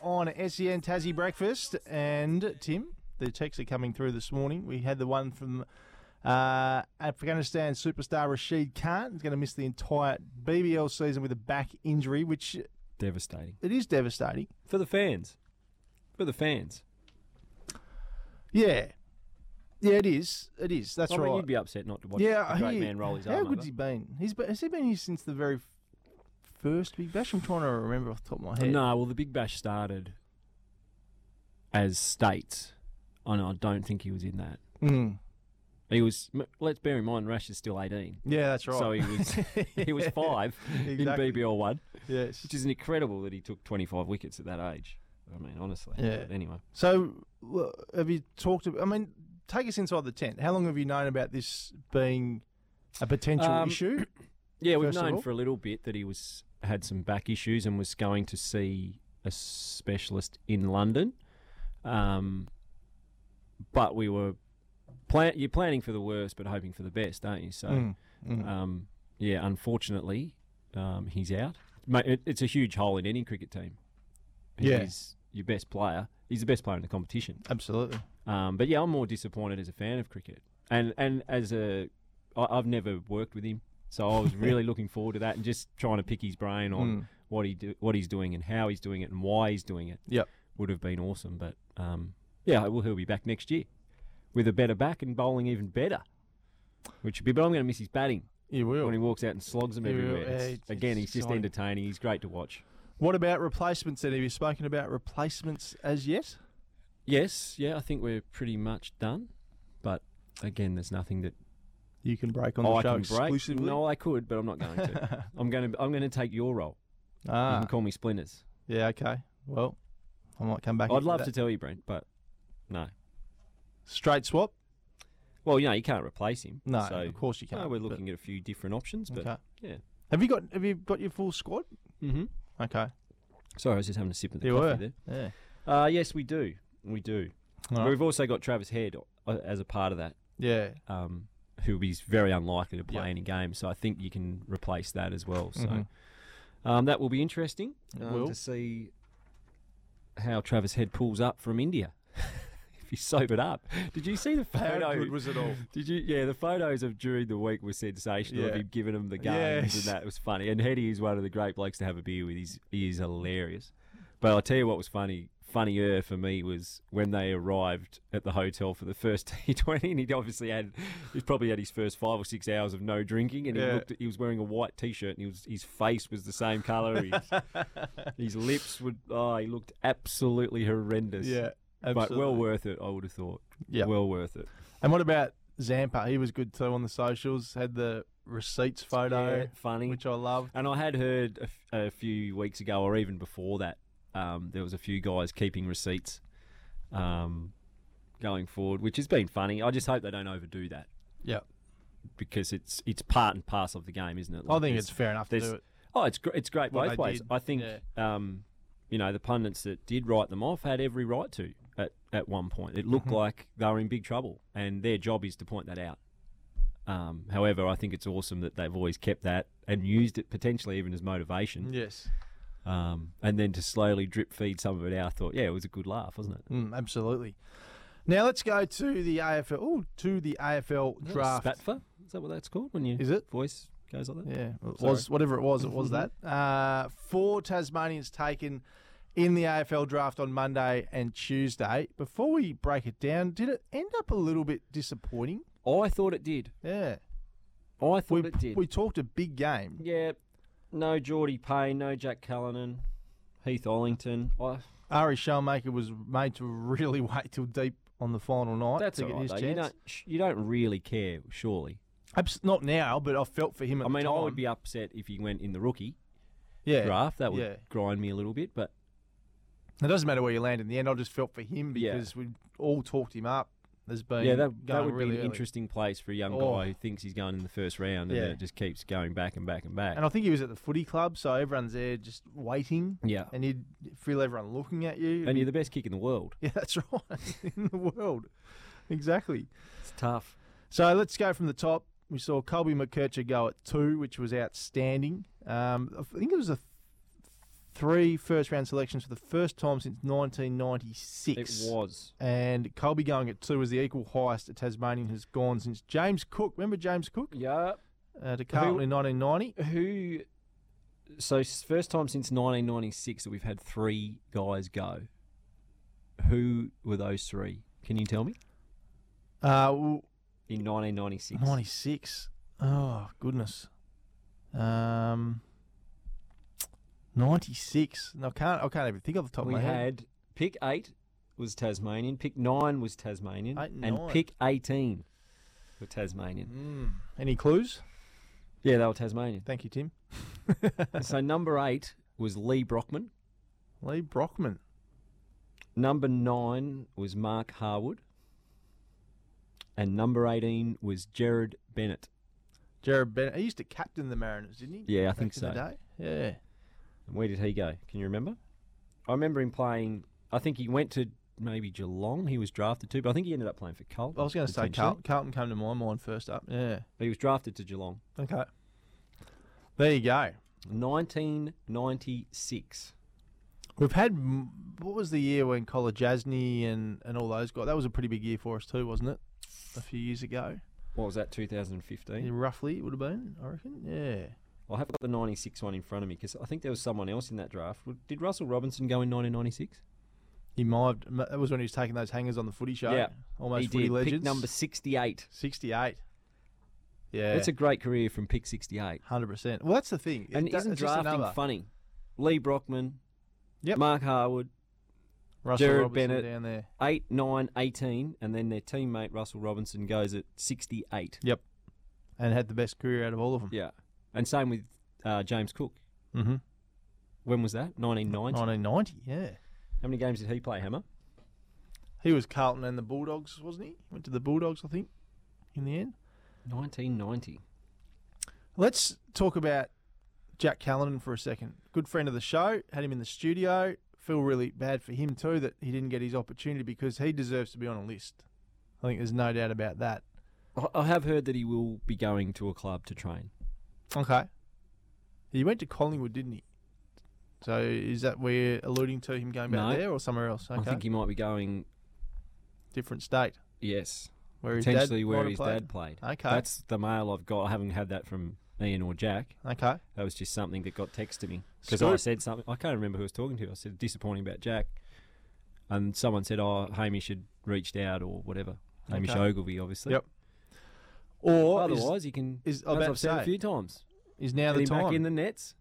on SEN Tassie Breakfast. And Tim, the texts are coming through this morning. We had the one from uh, Afghanistan superstar Rashid Khan. He's going to miss the entire BBL season with a back injury, which it Devastating. is devastating. For the fans. For the fans. Yeah. Yeah, it is. It is. That's I mean, right. you'd be upset not to watch yeah, the great he- man roll his How arm good's over. he been? He's been, has he been here since the very f- first Big Bash? I'm trying to remember off the top of my head. No, well, the Big Bash started as states, and I don't think he was in that. Mm. He was. m- Let's bear in mind, Rash is still eighteen, Yeah, that's right. so he was he was five Exactly. in BBL one, Yes. which is incredible that he took twenty five wickets at that age. I mean, honestly. Yeah. But anyway, So, w- have you talked? About, I mean, take us inside the tent. How long have you known about this being a potential Um, issue? yeah, we've First of known all- for a little bit that he was had some back issues and was going to see a specialist in London, um, but we were plan you're planning for the worst but hoping for the best, aren't you? So. Mm, mm. Um, yeah, unfortunately, um, he's out. Mate, it, it's a huge hole in any cricket team. Yeah. He's your best player. He's the best player in the competition. Absolutely. Um, but yeah, I'm more disappointed as a fan of cricket, and and as a I, I've never worked with him, so I was really looking forward to that and just trying to pick his brain on Mm. what he do, what he's doing and how he's doing it and why he's doing it. Yep. would have been awesome. But um, yeah, well, he'll be back next year with a better back and bowling even better, which would be. But I'm going to miss his batting You will. when he walks out and slogs them Yeah, everywhere. yeah, It's- it's- Again, it's he's just exciting. entertaining. He's great to watch. What about replacements? Then have you spoken about replacements as yet? Yes, yeah, I think we're pretty much done. But again, there's nothing that You can break on the Oh, I show can break. exclusively. No, I could, but I'm not going to. I'm going to. I'm going to take your role. You Ah, can call me Splinters. yeah. Okay. Well, I might come back. I'd into love that. to tell you, Brent, but no. straight swap. Well, you know, you can't replace him. No, so, of course you no, can't. we're but- looking at a few different options, but okay. yeah. Have you got Have you got your full squad? hmm Okay. Sorry, I was just having a sip of the You coffee were. there. Yeah. Uh, yes, we do. We do. All But right. we've also got Travis Head uh, as a part of that. Yeah. um, who is very unlikely to play Yep. any game. So I think you can replace that as well. So Mhm. um, that will be interesting It um, will. to see how Travis Head pulls up from India. if he's sobered up, did you see the How photo? good was it all? did you? Yeah, the photos of during the week were sensational. Of Yeah. him giving him the guns Yes. and that was funny. And Heady is one of the great blokes to have a beer with. He's he is hilarious. But I'll tell you what was funny. Funnier for me was when they arrived at the hotel for the first T20, and he'd obviously had, he's probably had his first five or six hours of no drinking, and he Yeah. looked, at, he was wearing a white T-shirt, and he was, his face was the same colour, his, his lips would, oh, he looked absolutely horrendous. Yeah. but well absolutely. worth it, I would have thought. Yeah. well worth it. And what about Zampa? He was good too on the socials. Had the receipts photo, Yeah, funny. which I love. And I had heard a, f- a few weeks ago, or even before that, um, there was a few guys keeping receipts um, going forward, which has been funny. I just hope they don't overdo that Yeah. because it's it's part and parcel of the game, isn't it? I Like, think there's- it's fair enough to there's- do it. oh, it's gr- it's great what both they ways. did, I think yeah. um, you know the pundits that did write them off had every right to at at one point. It Mm-hmm. looked like they were in big trouble, and their job is to point that out. Um, however, I think it's awesome that they've always kept that and used it potentially even as motivation Yes. um, and then to slowly drip feed some of it out. I thought, yeah, it was a good laugh, wasn't it? Mm, absolutely. Now let's go to the AFL. Oh, to the AFL draft. Spatfa? Is that what that's called when your Is it? voice goes like that? Yeah, it Sorry. was whatever it was. It was that. Uh, four Tasmanians taken in the AFL draft on Monday and Tuesday. Before we break it down, did it end up a little bit disappointing? I thought it did. Yeah, I thought we it did. we talked a big game. yeah, no Geordie Payne, no Jack Callanan, Heath Ollington. I, Ari Shellmaker was made to really wait till deep on the final night that's to all get right, his though. You chance. don't, sh- you don't really care, surely. Abs- not now, but I felt for him at I the mean, I would time. be upset if he went in the rookie yeah. draft. That would yeah. grind me a little bit, but It doesn't matter where you land in the end. I just felt for him Yeah. because we all talked him up. There's been yeah, going that, that would really be an early. interesting place for a young Oh. guy who thinks he's going in the first round and then Yeah. it just keeps going back and back and back. And I think he was at the footy club, so everyone's there just waiting, yeah. and you'd feel everyone looking at you. And you're the best kick in the world. yeah, that's right, in the world, exactly. It's tough. So let's go from the top. We saw Colby McKercher go at two, which was outstanding. Um, I think it was the Three first round selections for the first time since 1996. It was. And Colby going at two is the equal highest a Tasmanian has gone since James Cook. Remember James Cook Yeah. uh, to Carlton in 1990? Who? So s- first time since 1996 that we've had three guys go. Who were those three? Can you tell me? Uh, w- In 1996. 96. Oh, goodness. Um, 96. No, I can't, I can't even think off the top we of my head. had pick eight was Tasmanian, pick nine was Tasmanian, Eight and and nine. pick 18 were Tasmanian. Mm. Any clues? Yeah, they were Tasmanian. Thank you, Tim. so number eight was Lee Brockman. Lee Brockman. Number nine was Mark Harwood. And number 18 was Jared Bennett. Jared Bennett. He used to captain the Mariners, didn't he? Yeah, I Back think in the so. day? Yeah. And where did he go? Can you remember? I remember him playing, I think he went to maybe Geelong, he was drafted to, but I think he ended up playing for Carlton. I was going to say Carl- potentially. Carlton came to my mind first up. Yeah. But he was drafted to Geelong. Okay. There you go. 1996. We've had m- what was the year when Collar Jasny and and all those guys? That was a pretty big year for us too, wasn't it? A few years ago, What was that, 2015? Yeah, roughly it would have been. I reckon. Yeah. I have got the 96 one in front of me because I think there was someone else in that draft. W- Did Russell Robinson go in 1996? He mived. m- That was when he was taking those hangers on the footy show. Yeah. Almost he footy did. legends. Pick number 68. sixty-eight. Yeah. That's a great career from pick 68. hundred percent. Well, that's the thing. It And do- isn't it's just drafting another- funny? Lee Brockman, Yep. Mark Harwood, Russell Jared Robinson Bennett. down there. 8, 9, 18, and then their teammate Russell Robinson goes at 68. Yep. And had the best career out of all of them. Yeah. And same with uh, James Cook. Mm-hmm. When was that? 1990. 1990. Yeah. How many games did he play, Hammer? He was Carlton and the Bulldogs, wasn't he? Went to the Bulldogs, I think, in the end. 1990. Let's talk about Jack Callanan for a second. Good friend of the show, had him in the studio. Feel really bad for him too that he didn't get his opportunity because he deserves to be on a list. I think there's no doubt about that. I- I have heard that he will be going to a club to train. Okay. He went to Collingwood, didn't he? So is that where you're alluding to him going back No. there or somewhere else? Okay. I think he might be going Different state. Yes, Where his dad potentially where might have his played. dad played. Okay. That's the mail I've got. I haven't had that from Ian or Jack. Okay. That was just something that got texted me because I Scoop. said something. I can't remember who I was talking to. I said disappointing about Jack, and someone said, "Oh, Hamish had reached out or whatever." Hamish Okay. Ogilvy, obviously. Yep. Or is- Otherwise, you can. is- I was as about I've to said a say. few times, is now get the him time. back in the nets.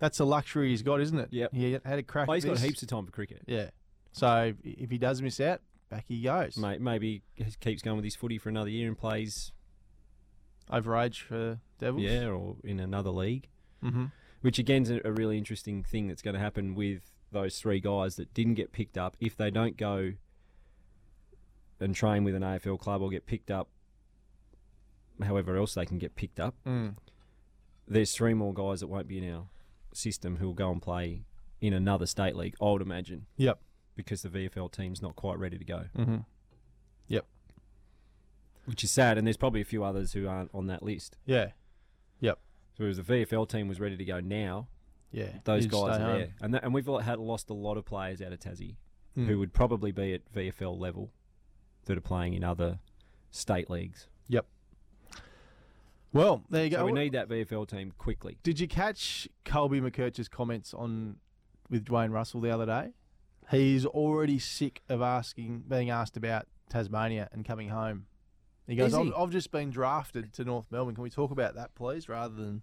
That's a luxury he's got, isn't it? Yep. He had a crack. Oh, at he's got this. heaps of time for cricket, Yeah. So if he does miss out, back he goes. mate. Maybe he keeps going with his footy for another year and plays, Overage for Devils. yeah, or in another league. Mm-hmm. which again's a, a really interesting thing that's going to happen with those three guys that didn't get picked up if they don't go and train with an AFL club or get picked up however else they can get picked up Mm. there's three more guys that won't be in our system who'll go and play in another state league I would imagine Yep. because the VFL team's not quite ready to go Mm-hmm. which is sad and there's probably a few others who aren't on that list Yeah. so as the VFL team was ready to go now Yeah. those You just guys stay are home. there and, that, and we've all had lost a lot of players out of Tassie Mm. who would probably be at VFL level that are playing in other state leagues. Well, there you go. So we need that VFL team quickly. Did you catch Colby McKerch's comments on with Dwayne Russell the other day? He's already sick of asking, being asked about Tasmania and coming home. He goes, Is he? I've, "I've just been drafted to North Melbourne. Can we talk about that, please, rather than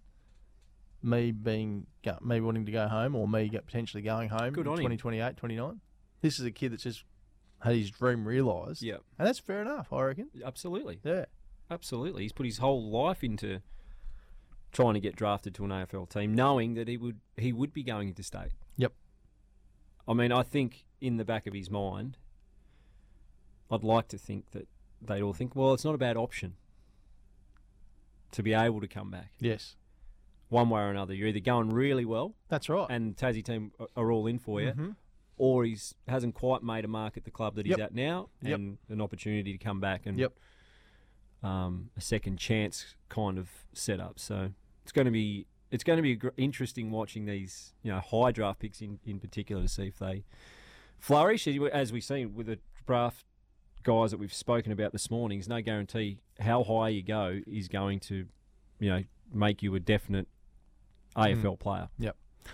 me being go- me wanting to go home or me go- potentially going home Good in on him. 2028, 29? This is a kid that's just had his dream realised, Yeah, and that's fair enough, I reckon. absolutely, Yeah, absolutely. He's put his whole life into trying to get drafted to an AFL team, knowing that he would he would be going into state. Yep. I mean, I think in the back of his mind, I'd like to think that they'd all think, well, it's not a bad option to be able to come back yes, one way or another. You're either going really well, that's right. and oh, Tassie team are- are all in for you. Mhm. or he's hasn't quite made a mark at the club that he's Yep. at now, Yep. and an opportunity to come back and Yep. um, a second chance kind of setup. So it's going to be it's going to be gr- interesting watching these, you know, high draft picks in, in particular to see if they flourish. As we- As we've seen with the draft guys that we've spoken about this morning, there's no guarantee how high you go is going to, you know, make you a definite AFL player. Hmm. Yep. Uh,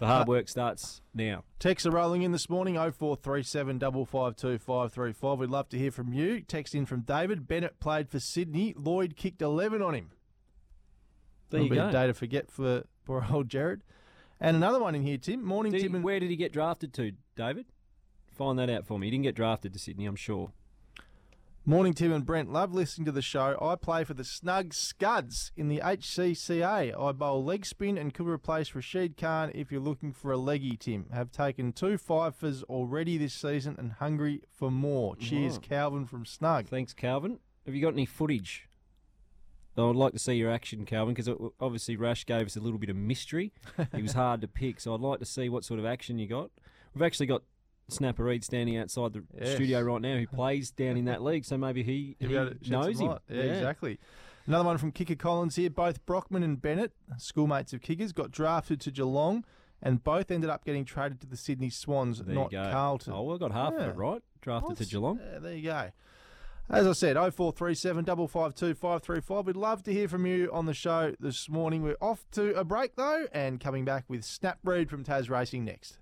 The hard work starts now. Texts are rolling in this morning 0437 552 535. We'd love to hear from you. Text in from David. Bennett played for Sydney. Lloyd kicked 11 on him. There Little you bit go. of day to forget for poor old Jared. And another one in here, Tim. Morning, Did he- Tim. And, where did he get drafted to, David? Find that out for me. He didn't get drafted to Sydney, I'm sure. morning, Tim and Brent. Love listening to the show. I play for the Snug Scuds in the HCCA. I bowl leg spin and could replace Rashid Khan if you're looking for a leggy, Tim. Have taken two fifers already this season and hungry for more. Cheers, Right. Calvin from Snug. Thanks, Calvin. Have you got any footage? I would like to see your action, Calvin, because obviously Rash gave us a little bit of mystery. he was hard to pick, so I'd like to see what sort of action you got. We've actually got Snapper Reed standing outside the Yes. studio right now, who plays down in that league, so maybe he, You'll he be able to shed knows some him. light. Yeah, exactly. Another one from Kicker Collins here. Both Brockman and Bennett, schoolmates of Kickers, got drafted to Geelong and both ended up getting traded to the Sydney Swans, There not you go. Carlton. Oh, well, I got half Yeah. of it right. Drafted to That's- Geelong. yeah, there you go. As I said, 0437 552 535. We'd love to hear from you on the show this morning. We're off to a break though and coming back with Snap Reed from Taz Racing next.